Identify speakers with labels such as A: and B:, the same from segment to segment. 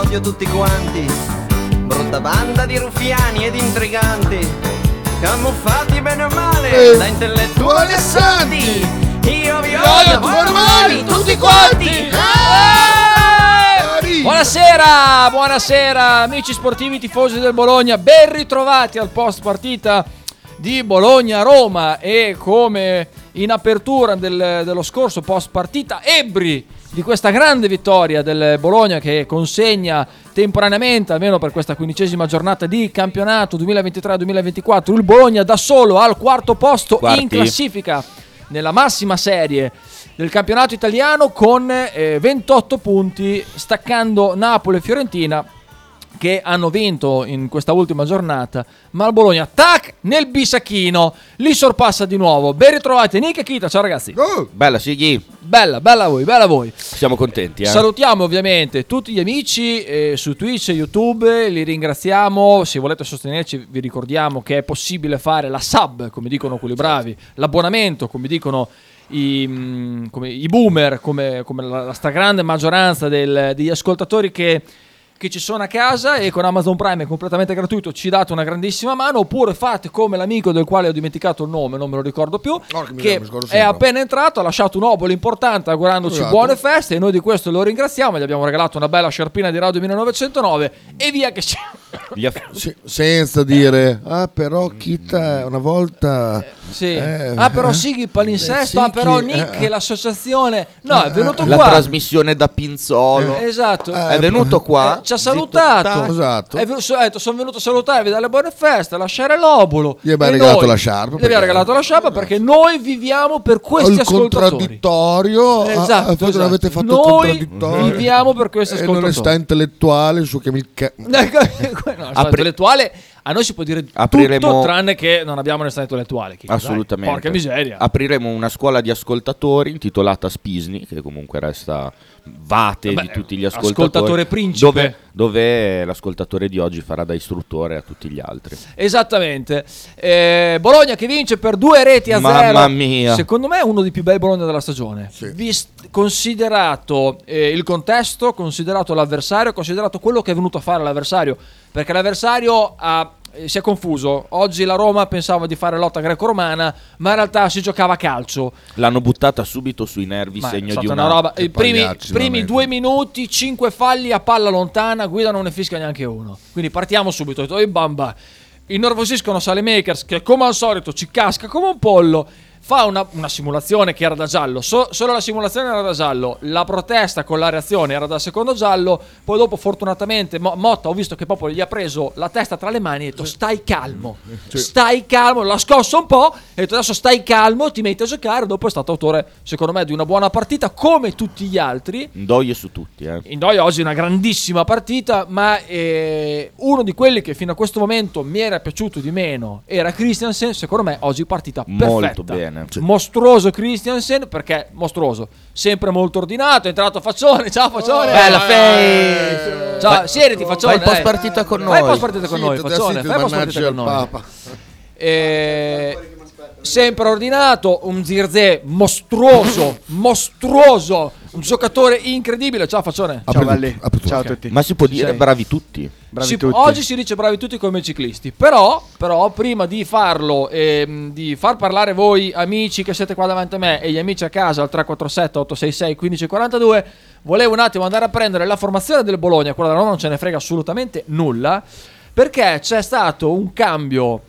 A: voglio tutti quanti, brutta banda di ruffiani ed intriganti, camuffati bene o male
B: Eh,
A: da intellettuali
B: buoni
A: e santi. Io vi voglio
B: voglio formali,
A: formali
B: tutti
A: tutti
B: quanti.
A: quanti.
C: Eh!
B: Ari.
D: Buonasera, buonasera amici sportivi tifosi del Bologna, ben ritrovati al post partita di Bologna-Roma e come in apertura del- dello scorso post partita ebri di questa grande vittoria del Bologna che consegna temporaneamente, almeno per questa quindicesima giornata di campionato 2023-2024, il Bologna da solo al quarto posto in
C: Quarti.
D: classifica nella massima serie del campionato italiano con eh, 28 punti, staccando Napoli e Fiorentina che hanno vinto in questa ultima giornata, ma il Bologna tac nel bisacchino li sorpassa di nuovo. Ben ritrovati Nick e Kita, ciao ragazzi.
A: Eh!
B: Oh,
C: Bella Sighi,
D: Bella, bella a voi, bella a voi.
C: siamo contenti. Eh?
D: Salutiamo ovviamente tutti gli amici eh, su Twitch e YouTube, li ringraziamo, se volete sostenerci vi ricordiamo che è possibile fare la sub, come dicono quelli
B: Certo.
D: bravi, l'abbonamento, come dicono i, mm, come i boomer, come, come la, la stragrande maggioranza del- degli ascoltatori che, che ci sono a casa e con Amazon Prime è completamente gratuito, ci date una grandissima mano, oppure fate come l'amico del quale ho dimenticato il nome, non me lo ricordo più,
B: Porca miseria,
D: che
B: mi scordo
D: è
B: sempre.
D: appena entrato, ha lasciato un obolo importante augurandoci
B: Esatto.
D: buone feste e noi di questo lo ringraziamo, gli abbiamo regalato una bella sciarpina di Radio 1909 e via che c'è.
C: Gli aff-
B: se- senza dire, ah però Kita una volta...
D: Sì.
B: eh,
D: ah però Sighi il
B: eh,
D: palinsesto,
B: sì,
D: ah però
B: chi-
D: Nick
B: eh,
D: l'associazione. No, è venuto
C: la
D: qua.
C: trasmissione da Pinzolo.
D: Esatto.
B: Eh,
C: È venuto qua.
D: Eh, ci ha salutato,
B: tac. Esatto.
D: È ve- so- ha detto, sono venuto a salutarvi, dare le buone feste, a lasciare l'obolo.
B: Gli abbiamo
D: E
B: regalato
D: noi-
B: la sciarpa,
D: Gli abbiamo
B: perché-
D: regalato la sciarpa perché noi viviamo per
B: Ho
D: questi
B: il
D: ascoltatori.
B: contraddittorio, ah,
D: Esatto,
B: ah, voi non
D: esatto.
B: avete fatto il
D: Noi
B: contraddittorio.
D: viviamo per questo
B: E l'onestà
D: ascoltatore.
B: intellettuale su che mi... ca-
D: Ecco, no, l'onestà
C: Apri-
D: intellettuale a noi si può dire tutto
C: Apriremo-
D: tranne che non abbiamo onestà intellettuale Chicco, dai.
C: Assolutamente.
D: porca miseria
C: Apriremo una scuola di ascoltatori intitolata Spisni, che comunque resta vate
D: Vabbè,
C: di tutti gli ascoltatori.
D: eh, ascoltatore principe.
C: Dove, dove l'ascoltatore di oggi farà da istruttore a tutti gli altri.
D: esattamente Eh, Bologna che vince per due reti a
C: Mamma
D: zero
C: mia.
D: secondo me è uno dei più bei Bologna della stagione
B: Sì.
D: Vist- considerato eh, il contesto considerato l'avversario considerato quello che è venuto a fare l'avversario perché l'avversario ha- eh, si è confuso oggi la Roma pensava di fare lotta greco-romana ma in realtà si giocava a calcio
C: L'hanno buttata subito sui nervi,
D: Ma è
C: segno
D: stata
C: di
D: una roba.
B: Che
D: I primi,
B: pagliacci,
D: primi
B: veramente.
D: due minuti, cinque falli a palla lontana, Guida non ne fischia neanche uno. Quindi partiamo subito. ho detto, "Oi, bamba. Innervosiscono Salemakers che come al solito ci casca come un pollo. Fa una, una simulazione che era da giallo, so- solo la simulazione era da giallo, la protesta con la reazione era da secondo giallo, poi dopo fortunatamente Mo- Motta ho visto che proprio gli ha preso la testa tra le mani e ha detto stai calmo, stai calmo, l'ha scosso un po' e ha detto adesso stai calmo, ti metti a giocare, dopo è stato autore secondo me di una buona partita come tutti gli altri,
C: Doie su tutti, eh.
D: Indoia oggi è una grandissima partita, ma eh, uno di quelli che fino a questo momento mi era piaciuto di meno era Christiansen. Secondo me oggi partita perfetta.
C: Molto bene. Sì.
D: Mostruoso Christiansen, perché mostruoso, sempre molto ordinato, è entrato Faccione, ciao Faccione.
C: Bella face!
D: Ciao, siediti Faccione.
C: Fai post
D: dai.
C: partita con
D: Fai
C: noi.
D: post partita con
B: Sì,
D: noi,
B: te-
D: Faccione,
B: sì,
D: fai post
B: mannaggia
D: partita con
B: il
D: noi.
B: Papa.
D: Eh, sempre ordinato, un Zirze mostruoso, mostruoso, un giocatore incredibile. Ciao Faccione.
B: Ha
E: Ciao
B: preso-
E: Valli,
B: ha preso-
E: ciao a
B: ok.
E: tutti.
C: Ma si può
E: Ci
C: dire
E: sei?
C: bravi tutti.
E: Bravi
D: Si-
E: tutti.
D: Oggi si dice bravi tutti come ciclisti, però, però prima di farlo, ehm, di far parlare voi amici che siete qua davanti a me e gli amici a casa al 347 866 1542, volevo un attimo andare a prendere la formazione del Bologna, quella della Roma non ce ne frega assolutamente nulla, perché c'è stato un cambio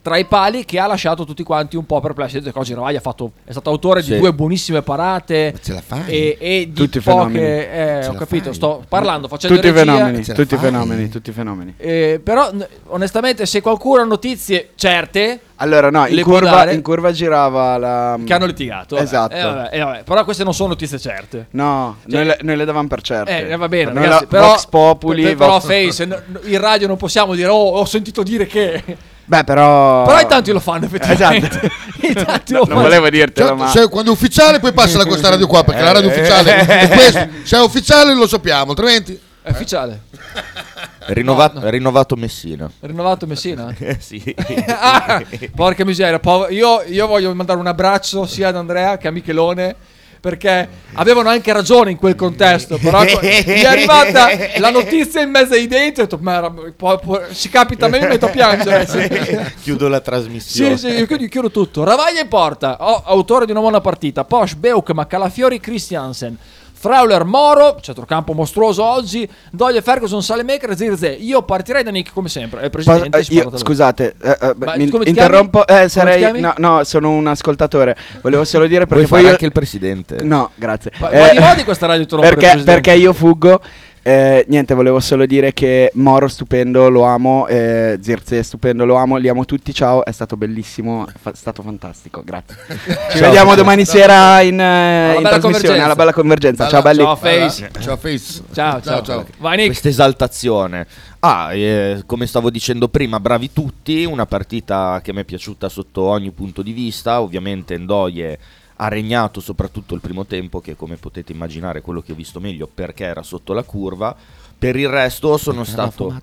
D: tra i pali che ha lasciato tutti quanti un po' perplessi. Detto che Oggi Ravaglia ha fatto- è stato autore di
C: Sì.
D: due buonissime parate
B: Ma ce la fai?
D: e, e di
E: Tutti fenomeni.
D: poche... eh,
B: Ce
D: ho
B: la
D: capito,
B: fai?
D: sto parlando, facendo
E: Tutti i
D: regia.
E: fenomeni,
B: Ce la
E: tutti i
B: fai?
E: fenomeni, tutti i fenomeni.
D: Eh, però n- onestamente se qualcuno ha notizie certe
E: Allora, no, in
D: Le può
E: curva,
D: dare?
E: in curva girava la.
D: che hanno litigato vabbè.
E: Mm. Esatto.
D: Eh, vabbè, eh, vabbè. però queste non sono notizie certe
E: No, noi, le, noi le davamo per certe.
D: eh, eh, va bene
E: Noi
D: ragazzi,
E: la-
D: però,
E: Vox Populi.
D: per- però
E: Vox-
D: Face n- n- in radio non possiamo dire oh ho sentito dire che
E: Beh, però.
D: però in tanti lo fanno effettivamente In tanti lo
E: Esatto. No, non
D: fanno.
E: volevo dirtelo,
D: Cioè,
B: Certo,
E: ma. Eh.
B: se- quando è ufficiale poi passa da questa radio qua perché la radio è ufficiale è questa. se è ufficiale lo sappiamo altrimenti
D: è ufficiale
C: Rinnova- Rinnovato Messina.
D: rinnovato Messina
E: Eh,
C: sì.
D: Ah, porca miseria, pov- io, io voglio mandare un abbraccio sia ad Andrea che a Michelone perché avevano anche ragione in quel contesto, però co- mi è arrivata la notizia in mezzo ai denti, ho detto, ma era- può- può- si capita a me, mi metto a piangere.
C: Chiudo la
D: Sì,
C: trasmissione.
D: sì, io chiudo, chiudo tutto. Ravaglia in porta, O- autore di una buona partita. Posch, Beukma, Calafiori, Christiansen. Frauler, Moro, centrocampo mostruoso oggi. Doglie, Ferguson, Salemaker, Zirze. Io partirei da Nick come sempre. È presidente.
E: Pa- eh,
D: sparo da
E: io,
D: lui.
E: scusate, eh, eh,
D: Ma
E: mi
D: come ti
E: interrompo.
D: chiami?
E: eh, sarei-
D: Come ti
E: no,
D: chiami?
E: no, sono un ascoltatore. Volevo solo dire
C: Vuoi
E: perché poi
C: fare
E: io-
C: anche il presidente?
E: No, grazie. Eh,
D: Ma- ma di là di questa radio tu non
E: perché,
D: prendi
E: perché io fuggo. Eh, niente, volevo solo dire che Moro stupendo, lo amo. Eh, Zirze stupendo, lo amo. Li amo tutti. Ciao, è stato bellissimo. È fa- stato fantastico. Grazie. Ci vediamo domani sera in, eh, in
D: bella
E: trasmissione.
D: convergenza.
E: Alla bella convergenza.
B: Bella-
E: ciao, belli.
D: ciao, Face.
B: Ciao, Face.
D: Ciao, ciao. Vai, Nick.
C: Questa esaltazione. Ah, eh, come stavo dicendo prima, bravi tutti, una partita che mi è piaciuta sotto ogni punto di vista, ovviamente Ndoye ha regnato soprattutto il primo tempo che come potete immaginare è quello che ho visto meglio perché era sotto la curva. Per il resto sono stato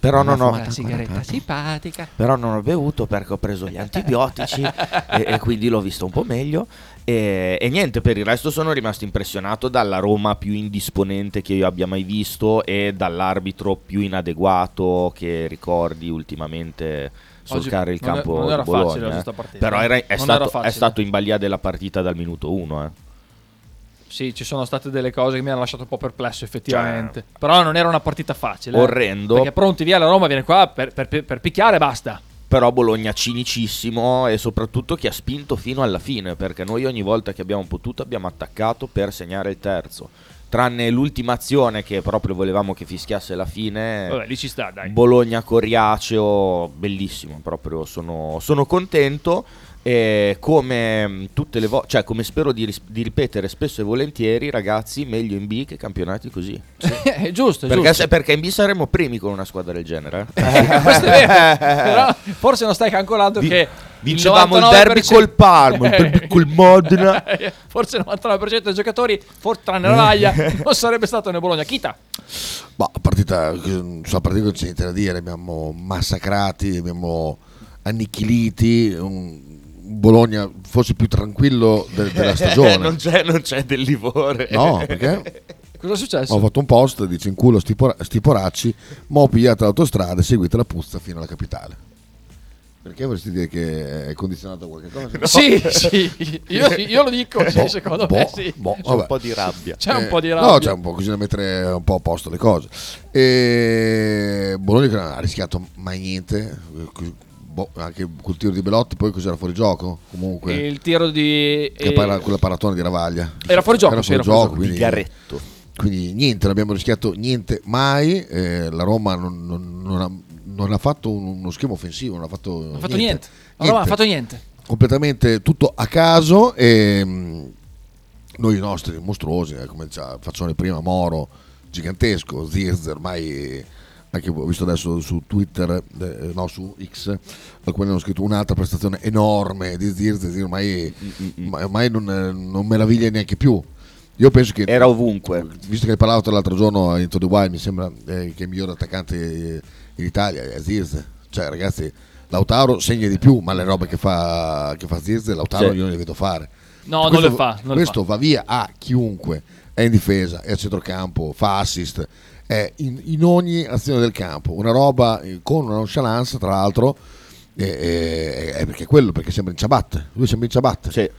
C: Però non ho
D: sigaretta simpatica.
C: però non ho bevuto perché ho preso gli antibiotici e, e quindi l'ho visto un po' meglio. E, e niente, per il resto sono rimasto impressionato dalla Roma più indisponente che io abbia mai visto e dall'arbitro più inadeguato che ricordi ultimamente solcare il
D: non è-
C: campo
D: non era
C: di Bologna.
D: facile la
C: eh.
D: giusta partita.
C: Però era- è,
D: Non
C: stato,
D: era facile.
C: è stato in balia della partita dal minuto eh. 1.
D: Sì, ci sono state delle cose che mi hanno lasciato un po' perplesso, effettivamente. Però non era una partita facile. eh.
C: Cioè, Orrendo.
D: Perché pronti via, la Roma viene qua per, per- per- per picchiare e basta.
C: Però Bologna cinicissimo e soprattutto che ha spinto fino alla fine, perché noi ogni volta che abbiamo potuto abbiamo attaccato per segnare il terzo. Tranne l'ultima azione che proprio volevamo che fischiasse la fine.
D: Vabbè, lì ci sta, dai.
C: Bologna Coriaceo, bellissimo proprio, sono, sono contento. E come mh, tutte le volte, cioè come spero di, ris- di ripetere spesso e volentieri, ragazzi, meglio in B che campionati così.
D: è giusto, è
C: Perché,
D: giusto.
C: se- perché in B saremmo primi con una squadra del genere. eh.
D: Questo è vero. Però forse non stai calcolando
C: Vi-
D: certo che il
C: vincevamo il
D: 99%
C: derby col Parma, il
D: Eh.
C: derby col Modena.
D: forse il 99% dei giocatori, for- tranne la Raglia, non sarebbe stato nel Bologna. Chita,
B: Ma Boh, partita, eh, sulla partita non c'è niente da dire, abbiamo massacrati, abbiamo annichiliti, un Bologna forse più tranquillo de- della stagione.
C: non, c'è, non c'è del livore.
B: No, perché
D: cosa è successo?
B: ho fatto un post, dice in culo sti, por- sti poracci, ma ho pigliato l'autostrada e seguite la puzza fino alla capitale. Perché vorresti dire che è condizionato a qualche cosa?
D: Sì, sì, io, io lo dico, sì, secondo me
B: boh,
D: sì.
B: boh,
C: C'è un
B: vabbè.
C: po' di rabbia.
D: C'è un
B: Eh,
D: po' di
B: No,
C: cioè,
D: rabbia.
B: c'è un po' così da mettere un po' a posto le cose. E Bologna che non ha rischiato mai niente. eh, boh, anche col tiro di Belotti, poi cos'era fuori gioco? Comunque,
D: il tiro di...
B: che
D: eh,
B: para- quella paratona di Ravaglia.
D: Era fuori gioco,
B: Era
D: sì, era fuori
B: fuori gioco.
D: gioco.
B: Quindi,
C: Garretto.
B: quindi niente, non abbiamo rischiato niente mai. eh, la Roma non, non- non ha, non ha fatto un- uno schema offensivo, non ha fatto,
D: non ha fatto niente. La Roma non ha fatto niente.
B: completamente tutto a caso e mh, noi i nostri mostruosi, eh, come diceva Faccione prima, Moro, gigantesco, Zirz ormai anche ho visto adesso su Twitter, eh, no su X, alcuni hanno scritto un'altra prestazione enorme di Zirz, Zirz ormai, ormai- ormai non, eh, non meraviglia neanche più. Io penso che
C: Era ovunque.
B: visto che parlavo tra l'altro giorno a Into the Wild, mi sembra eh, che il miglior attaccante eh, in Italia è Zirze. Cioè, ragazzi, Lautaro segna di più, ma le robe che fa, che fa Zirze, Lautaro
C: Sì.
B: io non le vedo fare.
D: No, non le fa, non le
B: questo va via a chiunque è in difesa, è a centrocampo, fa assist, è in, in ogni azione del campo. Una roba eh, con una nonchalance, tra l'altro, eh, eh, è perché è quello, perché sembra in ciabatte. Lui sembra in ciabatte.
C: Sì.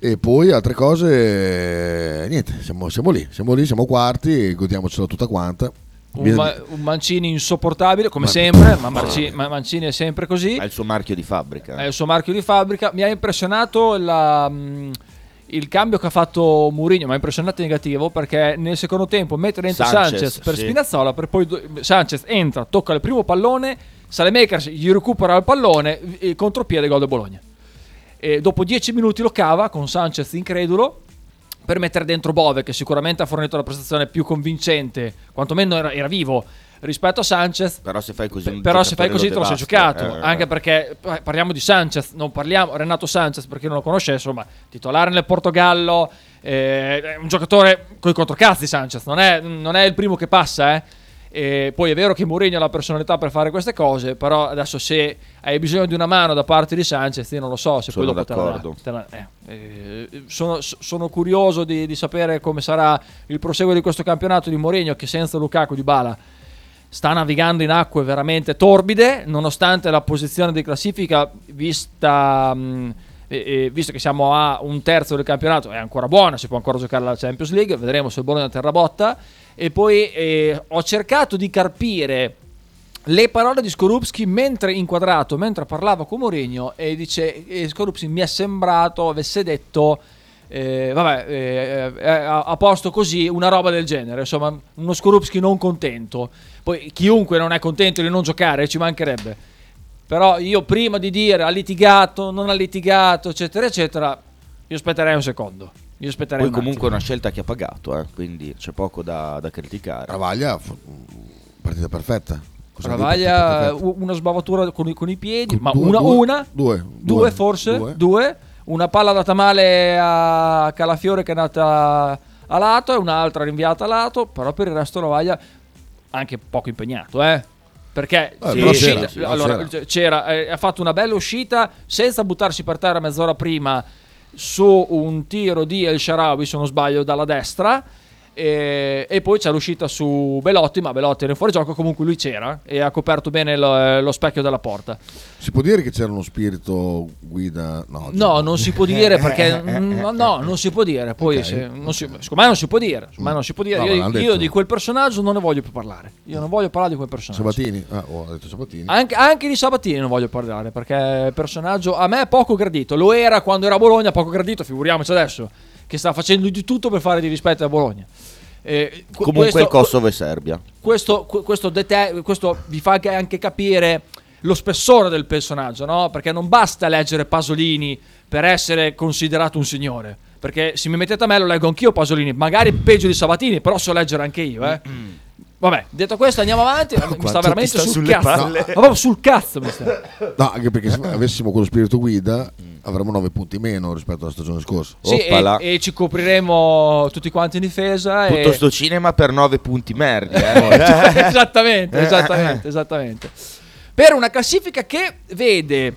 B: E poi altre cose, eh, niente, siamo, siamo lì, siamo lì, siamo quarti, godiamocela tutta quanta.
D: Un,
B: Viene-
D: Ma- un Mancini insopportabile, come sempre, ma, Marci- ma Mancini è sempre così.
C: Ha il suo marchio di fabbrica.
D: È il suo marchio di fabbrica. Mi ha impressionato la, mh, il cambio che ha fatto Mourinho, mi ha impressionato in negativo perché nel secondo tempo mette dentro Sanchez,
C: Sanchez,
D: per
C: sì.
D: Spinazzola, per poi do- Sanchez entra, tocca il primo pallone, Makers gli recupera il pallone, il contropiede gol del Bologna. E dopo 10 minuti lo cava con Sanchez incredulo per mettere dentro Bove che sicuramente ha fornito la prestazione più convincente, quantomeno era, era vivo rispetto a Sanchez.
C: Però se fai così...
D: Pe-
C: un
D: Però se fai
C: giocatore
D: così te lo sei
C: devasta.
D: giocato,
C: Eh,
D: anche perché eh, parliamo di Sanchez, non parliamo Renato Sanchez perché non lo conosce, insomma, titolare nel Portogallo, eh, è un giocatore coi controcazzi Sanchez, non è, non è il primo che passa, eh. E poi è vero che Mourinho ha la personalità per fare queste cose, però adesso se hai bisogno di una mano da parte di Sanchez, io non lo so se
C: Sono
D: poi dopo te la dà.
C: d'accordo.
D: te la- eh, eh, sono, sono curioso di, di sapere come sarà il proseguo di questo campionato di Mourinho che senza Lukaku di Bala sta navigando in acque veramente torbide, nonostante la posizione di classifica, vista, mh, e- e visto che siamo a un terzo del campionato, è ancora buona, si può ancora giocare la Champions League, vedremo se il Bologna terrà botta. E poi eh, ho cercato di carpire le parole di Skorupski mentre inquadrato, mentre parlava con Mourinho e dice, e Skorupski mi è sembrato avesse detto... eh, vabbè, eh, eh, a, a posto così, una roba del genere, insomma, uno Skorupski non contento. Poi chiunque non è contento di non giocare, ci mancherebbe. Però io prima di dire ha litigato, non ha litigato, eccetera, eccetera, io aspetterei un secondo. Io aspetterei
C: Poi
D: un
C: comunque è
D: attimo.
C: una scelta che ha pagato, eh, quindi c'è poco da, da criticare.
B: Travaglia, f- partita perfetta. Cosa vuol dire partita
D: Travaglia
B: perfetta?
D: u- una sbavatura con i, con i piedi,
B: Con
D: ma
B: due-
D: una,
B: due-
D: una,
B: due, due,
D: due forse,
B: due.
D: due. una palla data male a Calafiore che è andata a lato e un'altra rinviata a lato, però per il resto Lavaglia anche poco impegnato, eh. Perché
B: Eh,
C: però
D: l'uscita-
C: c'era,
B: sì,
D: allora,
B: c'era.
D: cioè, c'era, eh, ha fatto una bella uscita senza buttarsi per terra mezz'ora prima su un tiro di El Sharawi, se non sbaglio, dalla destra. E, e poi c'è l'uscita su Belotti, ma Belotti era in fuorigioco, comunque lui c'era e ha coperto bene lo, lo specchio della porta.
B: Si può dire che c'era uno spirito guida? No,
D: No,
B: cioè, giusto.
D: non si può dire perché no, no, non si può dire. Poi
B: Ok,
D: se- non si, secondo me non si può dire, secondo me non si può dire.
B: No, ma
D: Io,
B: l'hanno
D: io
B: detto.
D: di quel personaggio non ne voglio più parlare. Io non voglio parlare di quel personaggio.
B: Sabatini? Ah, oh, ha detto Sabatini.
D: Anche, anche di Sabatini non voglio parlare perché è personaggio a me è poco gradito. Lo era quando era a Bologna, poco gradito, figuriamoci adesso che sta facendo di tutto per fare di rispetto a Bologna. Eh, que-
C: Comunque
D: questo-
C: il Kosovo e Serbia.
D: questo, que- questo dete- questo vi fa anche- anche capire lo spessore del personaggio, no? Perché non basta leggere Pasolini per essere considerato un signore. Perché se mi mettete a me lo leggo anch'io Pasolini, magari peggio di Sabatini, però so leggere anche io, eh. Vabbè, detto questo andiamo avanti, mi sta
F: Quanto
D: veramente
F: Ah, ti sta
D: sul
F: sulle
D: cazzo.
F: palle.
D: Ma proprio sul cazzo mi sta.
B: No, anche perché se avessimo quello spirito guida avremmo 9 punti meno rispetto alla stagione scorsa. Oh,
D: Sì, e,
C: Oppala.
D: e ci copriremo tutti quanti in difesa e-
C: Tutto sto cinema per 9 punti merdi. eh.
D: Cioè, esattamente, esattamente, esattamente. Per una classifica che vede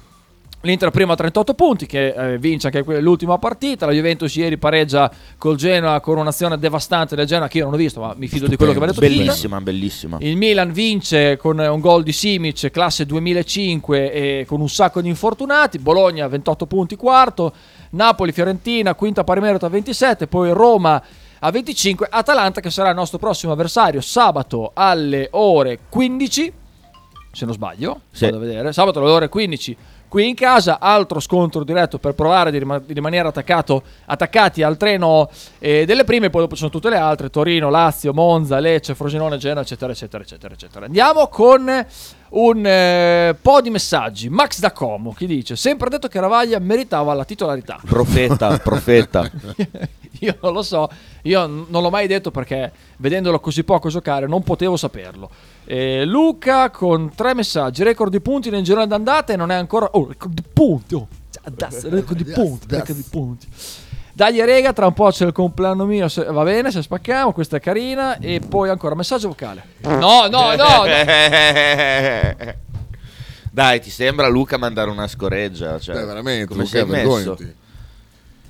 D: l'Inter prima a 38 punti, che eh, vince anche que- l'ultima partita, la Juventus ieri pareggia col Genoa con un'azione devastante del Genoa che io non ho visto, ma mi fido di quello che avete detto. prima.
C: bellissima, bellissima.
D: Il Milan vince con un gol di Simic, classe 2005, e con un sacco di infortunati. Bologna 28 punti, quarto. Napoli, Fiorentina, quinta pari merito a 27. Poi Roma a 25. Atalanta, che sarà il nostro prossimo avversario, sabato alle ore 15. Se non sbaglio,
C: Sì.
D: vado a vedere. Sabato alle ore 15. Qui in casa, altro scontro diretto per provare di, rima- di rimanere attaccato- attaccati al treno eh, delle prime, poi dopo ci sono tutte le altre: Torino, Lazio, Monza, Lecce, Frosinone, Genoa, eccetera, eccetera, eccetera, eccetera. Andiamo con un eh, po' di messaggi. Max da Como che dice: Sempre detto che Ravaglia meritava la titolarità.
C: Profeta, profeta.
D: io non lo so, io n- non l'ho mai detto perché vedendolo così poco giocare non potevo saperlo. Eh, Luca con tre messaggi, record di punti nel girone d'andata e non è ancora... Oh, record di punti! Oh, cioè, das, record di
B: Das,
D: punti,
B: das.
D: record di punti. Dagli rega, tra un po' c'è il compleanno mio, se- va bene, se spacchiamo, questa è carina. E poi ancora messaggio vocale. No, no, no, no.
C: Dai, ti sembra Luca mandare una scoreggia? Cioè,
B: Cioè, veramente,
C: come
B: Luca,
C: sei messo?
B: vergognati.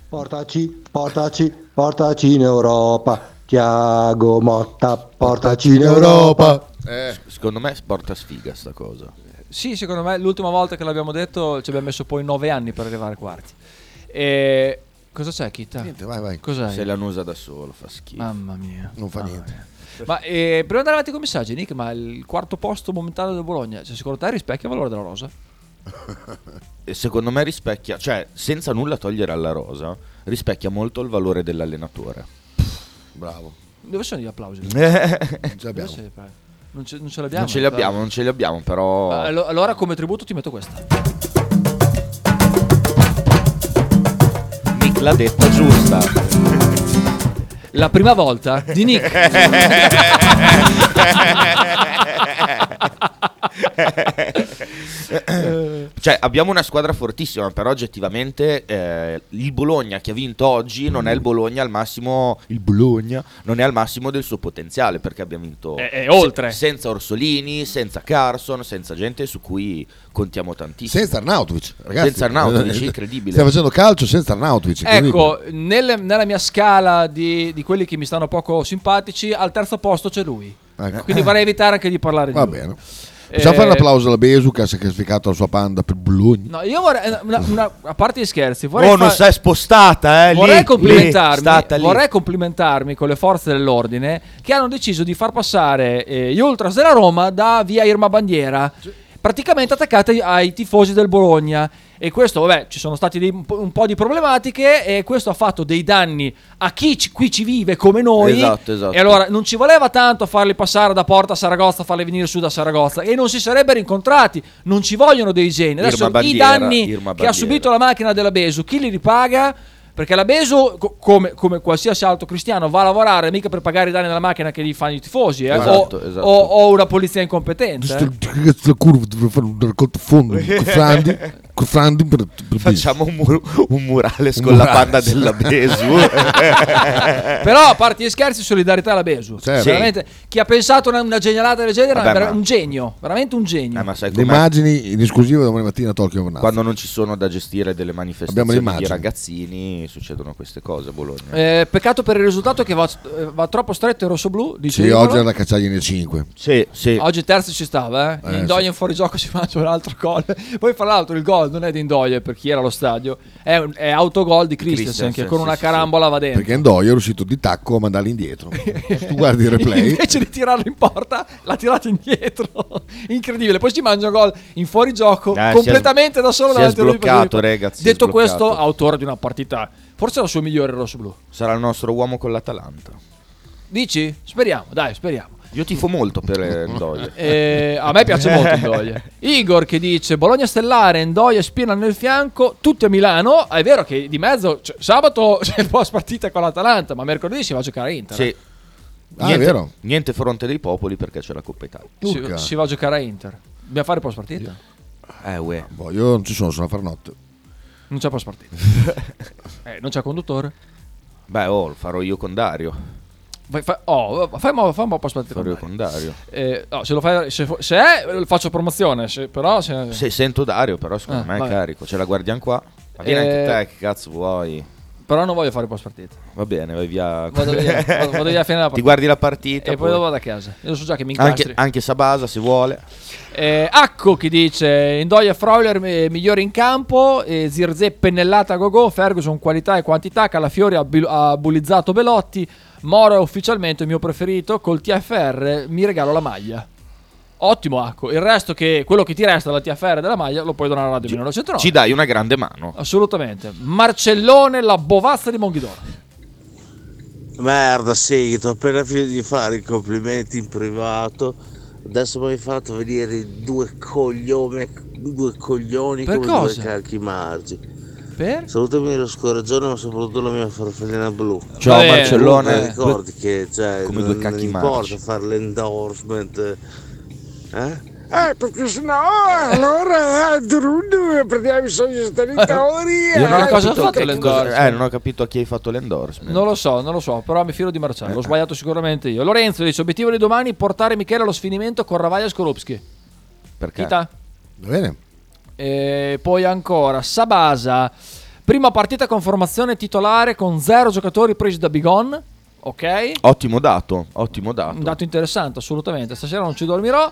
G: Portaci, portaci, portaci in Europa. Tiago Motta, portaci in Europa.
B: Eh,
C: Secondo me porta sfiga sta cosa.
D: Sì, secondo me l'ultima volta che l'abbiamo detto ci abbiamo messo poi nove anni per arrivare ai quarti. E... Cosa c'è, Kita?
B: niente, vai, vai.
D: Cos'è?
C: Se la nusa da solo fa schifo.
D: Mamma mia.
B: Non fa
D: Mamma
B: niente.
D: mia. Ma eh, prima di andare avanti con i messaggi, Nick, ma il quarto posto momentaneo del Bologna, cioè, secondo te rispecchia il valore della rosa?
C: E secondo me rispecchia, cioè, senza nulla togliere alla rosa, rispecchia molto il valore dell'allenatore.
B: Bravo.
D: Dove sono gli
B: Eh,
D: applausi?
B: Non ce
D: Dove
B: l'abbiamo.
D: ce li fai? Non, ce, non ce l'abbiamo. eh?
C: Non ce li abbiamo, non ce li abbiamo, però.
D: Ah, allo- Allora, come tributo ti metto questa.
C: Nick l'ha detta giusta.
D: La prima volta di Nick.
C: cioè, abbiamo una squadra fortissima, però oggettivamente eh, il Bologna che ha vinto oggi non è il Bologna al massimo. Il Bologna non è al massimo del suo potenziale perché abbiamo vinto
D: È- è oltre.
C: se- senza Orsolini, senza Carson, senza gente su cui contiamo tantissimo.
B: Senza Arnautovic, ragazzi.
C: Senza Arnautovic, incredibile.
B: Stiamo facendo calcio senza Arnautovic. incredibile.
D: Ecco, nel- nella mia scala di, di quelli che mi stanno poco simpatici, al terzo posto c'è lui.
B: Ecco.
D: Quindi vorrei evitare anche di parlare di
B: Va
D: lui.
B: bene. Possiamo
D: Eh,
B: fare un applauso alla Besu che ha sacrificato la sua panda per Bologna.
D: No, io vorrei, eh, una- una- a parte gli scherzi, vorrei,
C: Oh, non
D: fa-
C: si è spostata, eh. lì,
D: vorrei
C: lì,
D: complimentarmi,
C: stata lì.
D: vorrei complimentarmi con le forze dell'ordine che hanno deciso di far passare eh, gli ultras della Roma da via Irma Bandiera, praticamente attaccate ai tifosi del Bologna. E questo, vabbè, ci sono state dei- un po- un po' di problematiche e questo ha fatto dei danni a chi ci- qui ci vive come noi.
C: Esatto, esatto.
D: E allora non ci voleva tanto farli passare da Porta a Saragozza, farli venire su da Saragozza e non si sarebbero incontrati. Non ci vogliono dei geni.
C: Irma
D: Adesso i
C: Bandiera,
D: danni
C: Irma
D: che ha
C: Bandiera.
D: subito la macchina della Besu, chi li ripaga? Perché la Besu, co- come, come qualsiasi altro cristiano, va a lavorare mica per pagare i danni della macchina che gli fanno i tifosi, eh,
C: Esatto,
D: o,
C: esatto.
D: o- o una polizia incompetente.
C: certo.
D: eh.
B: La curva dovrebbe fare un raccolto fondo con Frandi, con Frandi per, per
C: Facciamo un, mur- un murales
B: Un
C: con la
B: murales.
C: panda della Besu. Eh.
D: Però, a parte gli scherzi, solidarietà alla Besu.
B: Certo.
D: Veramente, chi ha pensato a una, una genialata del genere
C: Vabbè,
D: è vera-
C: ma-
D: un genio, veramente un genio.
C: Eh, ma sai
B: le
C: com'è?
B: immagini in esclusiva domani mattina a Tokyo Vernazzi.
C: Quando non ci sono da gestire delle manifestazioni di
B: l'immagine.
C: ragazzini, succedono queste cose a Bologna.
D: Eh, peccato per il risultato che va, eh, va troppo stretto il rosso-blu. dice
B: Sì,
D: Nicolo.
B: oggi era da cacciaglia in 5.
C: Sì, sì.
D: Oggi terzo ci stava, eh.
B: Eh,
D: Indoia
B: sì.
D: in fuorigioco si mangia un altro gol. Poi, fra l'altro, il gol non è di Indoia per chi era allo stadio, è, un- è autogol di Christensen
C: Christensen,
D: che con
C: sì,
D: una
C: sì, sì.
D: carambola va dentro.
B: Perché Endoy è riuscito di tacco a mandarli indietro. Se tu guardi il replay,
D: Invece di tirarlo in porta, l'ha tirato indietro. Incredibile. Poi si mangia un gol in fuorigioco
C: Eh, si
D: completamente
C: è s-
D: da solo
C: si è
D: davanti alla
C: sbloccato,
D: linea di porta.
C: rega, si è
D: Detto
C: sbloccato.
D: questo, autore di una partita, forse è la sua migliore rosso-blu.
C: Sarà il nostro uomo con l'Atalanta.
D: Dici? Speriamo, dai, speriamo.
C: Io tifo molto per eh, Ndoye.
D: Eh, a me piace molto Ndoye. Igor che dice Bologna Stellare, Ndoye Spina nel fianco, tutti a Milano. Ah, È vero che di mezzo cioè, sabato c'è la post partita con l'Atalanta, ma mercoledì si va a giocare a Inter.
C: Sì.
B: Ah, è
C: niente,
B: vero.
C: niente fronte dei popoli perché c'è la Coppa Italia.
D: Si,
B: Urca.
D: si va a giocare a Inter. Dobbiamo fare post partita?
C: Eh, uè.
B: boh, io non ci sono, sono a far notte.
D: Non c'è post partita. Eh, non c'è conduttore.
C: Beh, oh, lo farò io con Dario.
D: Vai, fai, oh, fai, mo- fai un po' post partita.
C: Farò
D: con
C: io
D: Dario.
C: con Dario.
D: Eh, no, se lo fai, se, fo- se è, eh, faccio promozione. se- però, se,
C: Se sento Dario, però secondo
D: Eh. Ah,
C: me è
D: vabbè.
C: carico. Ce la guardiamo qua. Ma vieni
D: Eh.
C: anche te, che cazzo vuoi?
D: però non voglio fare post partita.
C: Va bene, vai via.
D: Vado via, vado- vado via a fine la
C: Ti
D: partita.
C: guardi la partita.
D: E poi vado a casa. Io so già che mi incastri.
C: anche, anche Sabasa se vuole.
D: Eh, Acco che dice Indoia Freuler eh, migliore in campo eh, Zirze pennellata a gogo Ferguson qualità e quantità Calafiori ha, bil- ha bullizzato Belotti Moro è ufficialmente il mio preferito col TFR mi regalo la maglia ottimo Acco il resto che quello che ti resta dalla TFR della maglia lo puoi donare alla Radio 1909
C: Ci dai una grande mano.
D: assolutamente Marcellone la bovazza di Monghidoro
F: Merda, sì, ti ho appena finito di fare i complimenti in privato. Adesso mi hai fatto venire i due coglione, due coglioni
D: Per
F: come
D: cosa?
F: due calchi margi.
D: per?
F: Salutami lo scoragione, ma soprattutto la mia farfallina blu.
C: Ciao
D: Vabbè.
F: Comunque
C: Marcellone.
F: ricordi che cioè,
C: come
F: non,
C: due cacchi
F: non
C: marci.
F: importa fare l'endorsement. Eh?
H: Eh, perché sennò eh, allora eh, Drudu prendiamo i suoi sostenitori
D: Io non ho
H: eh,
D: cosa
F: tutto
D: ha fatto
F: che-
D: l'endorsement?
C: Cosa- Eh, non ho capito a chi hai fatto l'endorsement.
D: Non lo so, non lo so, però mi fido di Marcello. L'ho sbagliato sicuramente io. Lorenzo dice: Obiettivo di domani, portare Michele allo sfinimento con Ravaia e Skorupski.
C: Perché?
D: Chita.
B: Va bene?
D: E poi ancora Sabasa, prima partita con formazione titolare con zero giocatori presi da Bigon. Ok,
C: Ottimo dato, ottimo dato.
D: un dato interessante, assolutamente. Stasera non ci dormirò.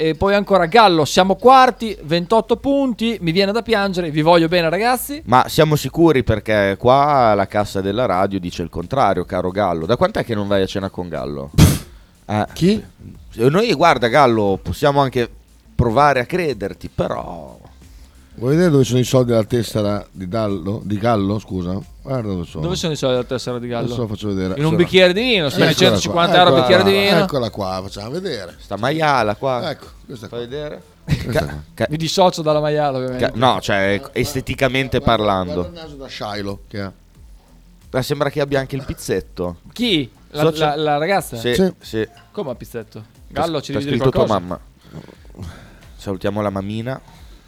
D: E poi ancora Gallo, siamo quarti, 28 punti. Mi viene da piangere, vi voglio bene, ragazzi.
C: Ma siamo sicuri perché qua la cassa della radio dice il contrario, caro Gallo. Da quant'è che non vai a cena con Gallo? Eh,
B: Chi?
C: Noi, guarda Gallo, possiamo anche provare a crederti, però...
B: Vuoi vedere dove sono i soldi della tessera di, Dallo, di Gallo? Scusa, guarda dove sono.
D: Dove sono i soldi della tessera di Gallo?
B: Adesso lo faccio
C: eh,
B: vedere.
D: In un
B: Eccola.
D: bicchiere di vino, sono
B: Eccola
D: i
C: ecco,
B: qua,
D: 150 euro
B: eccola
D: un bicchiere di
B: qua,
D: vino.
B: Eccola qua, facciamo vedere.
C: Sta maiala qua.
B: Ecco, questa
C: Fai
B: qua.
C: vedere?
B: Questa
C: Ca-
B: qua.
C: ca-
D: Mi dissocio dalla maiala, ovviamente.
C: ca- no, cioè, esteticamente
B: Guarda
C: parlando.
B: il naso da Shiloh che ha.
C: Ma sembra che abbia anche il pizzetto.
D: Chi? La,
C: Socio-
D: la- la ragazza?
C: Sì,
B: Sì.
C: sì.
D: Come a pizzetto? Gallo ci
C: T'ha
D: devi dire
C: scritto tua
D: qualcosa.
C: mamma. Salutiamo la mamina.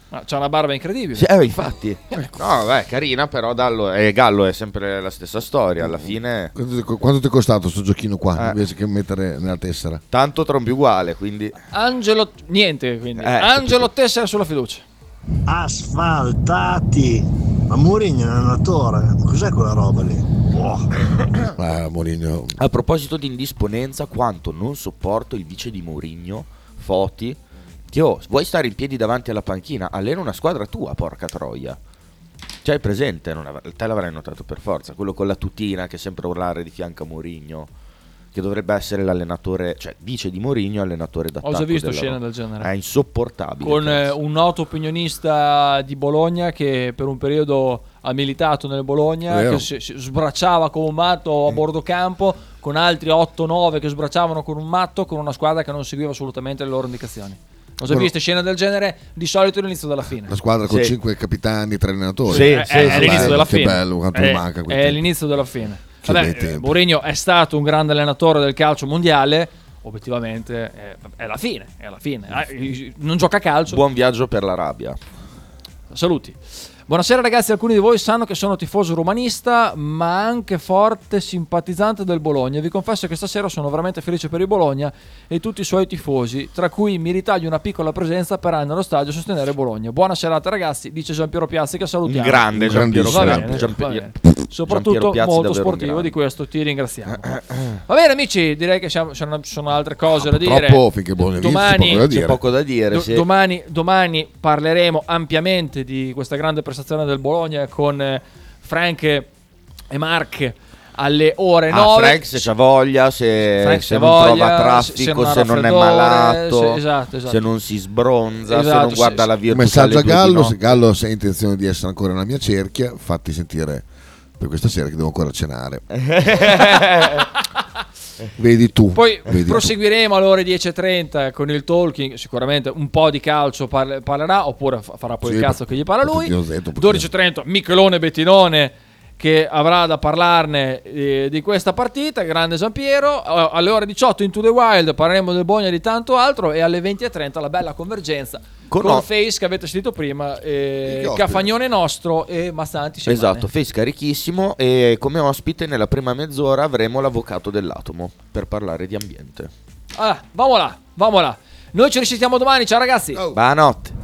D: Ah, C'ha una barba incredibile.
C: Sì, eh, infatti. No, beh, carina, però Dallo, eh, Gallo è sempre la stessa storia. Alla fine,
B: Quanto ti- Quanto ti è costato sto giochino qua
C: Eh.
B: invece che mettere nella tessera?
C: tanto trombi uguale, quindi...
D: Angelo, niente quindi.
C: Eh,
D: Angelo Tessera sulla fiducia.
I: Asfaltati. Ma Mourinho è un attore. Ma cos'è quella roba lì? Boh.
B: Ah, Mourinho.
C: A proposito di indisponenza, quanto non sopporto il vice di Mourinho, Foti, che oh, vuoi stare in piedi davanti alla panchina, allena una squadra tua, porca troia. C'hai presente, non av- te l'avrai notato per forza, quello con la tutina che sempre urlare di fianco a Mourinho, che dovrebbe essere l'allenatore, cioè vice di Mourinho, allenatore d'attacco.
D: Ho già visto
C: della
D: scene
C: Roma.
D: del genere.
C: È insopportabile.
D: con eh,
C: cazzo.
D: un noto opinionista di Bologna che per un periodo ha militato nel Bologna,
B: Vero.
D: che si, si sbracciava con un matto a bordo campo, con altri 8-9 che sbracciavano con un matto, con una squadra che non seguiva assolutamente le loro indicazioni. Ho già
B: Quello-
D: visto scene del genere di solito all'inizio della fine.
B: La squadra con
C: Sì.
B: 5 capitani, 3 allenatori.
C: Sì,
D: Eh,
C: sì,
D: è
C: sì,
D: l'inizio
C: bello,
D: della
B: che
D: fine.
B: bello, quanto
D: è,
B: manca quel
D: è
B: tempo.
D: l'inizio della fine.
B: Che
D: Vabbè,
B: bei tempi.
D: eh, Mourinho è stato un grande allenatore del calcio mondiale. Obiettivamente è, è la fine, è la fine. Ah, eh, Non gioca a calcio.
C: Buon viaggio per l'Arabia.
D: Saluti. Buonasera ragazzi, alcuni di voi sanno che sono tifoso romanista, ma anche forte simpatizzante del Bologna. Vi confesso che stasera sono veramente felice per il Bologna e tutti i suoi tifosi, tra cui mi ritaglio una piccola presenza per andare allo stadio a sostenere Bologna. Buona serata ragazzi, dice Giampiero Piazzi che
C: Un
D: salutiamo.
C: grande
B: Un
C: Gian Piero
D: Va
B: grandissimo.
C: Gian-
D: bene,
C: Gian-
D: va
C: Pier-
D: bene.
C: Gian
D: eh, Soprattutto
C: Piero Piazzi,
D: molto
C: davvero un
D: sportivo,
C: grande. Eh,
D: di questo ti ringraziamo. Va bene amici, direi che siamo- ci sono, ci sono altre cose
C: Ah,
D: da dire.
B: Troppo finché Bologna vince,
D: Domani-
B: poco da
C: C'è
B: dire.
C: poco da dire.
D: Do-
C: sì.
D: domani, domani parleremo ampiamente di questa grande prestazione del Bologna con eh, Frank e Mark alle ore
C: Ah,
D: 9.
C: Frank se c'ha voglia, se,
D: Frank
C: se
D: se
C: non
D: voglia,
C: trova
D: se- se
C: traffico,
D: non ha
C: se non è
D: raffreddore,
C: malato,
D: se- esatto, esatto.
C: se non si sbronza, se
D: Esatto,
C: non guarda
D: se-
C: la
B: Un
C: Virtus
B: messaggio a
C: alle due di
B: Gallo,
C: notte.
B: se Gallo se hai intenzione di essere ancora nella mia cerchia, fatti sentire per questa sera che devo ancora cenare. Vedi tu.
D: Poi
B: vedi tu.
D: proseguiremo alle ore 10.30 con il talking. Sicuramente un po' di calcio par- parlerà, oppure fa- farà poi
B: Sì,
D: il cazzo che gli parla lui.
B: pochettino zetto, pochettino.
D: 12.30 Michelone Bettinone che avrà da parlarne eh, di questa partita. Grande Giampiero. Eh, Alle ore 18 Into the Wild parleremo del Bogna e di tanto altro. E alle 20.30 la bella convergenza
C: Con
D: con,
C: no-
D: Face che avete sentito prima,
B: E
D: eh,
B: che ospite.
D: Cafagnone nostro e Massanti. Semane.
C: Esatto, face carichissimo e come ospite nella prima mezz'ora avremo l'avvocato dell'atomo per parlare di ambiente.
D: Allora, vamo là, vamo là. Noi ci risentiamo domani. Ciao ragazzi.
C: Buonanotte.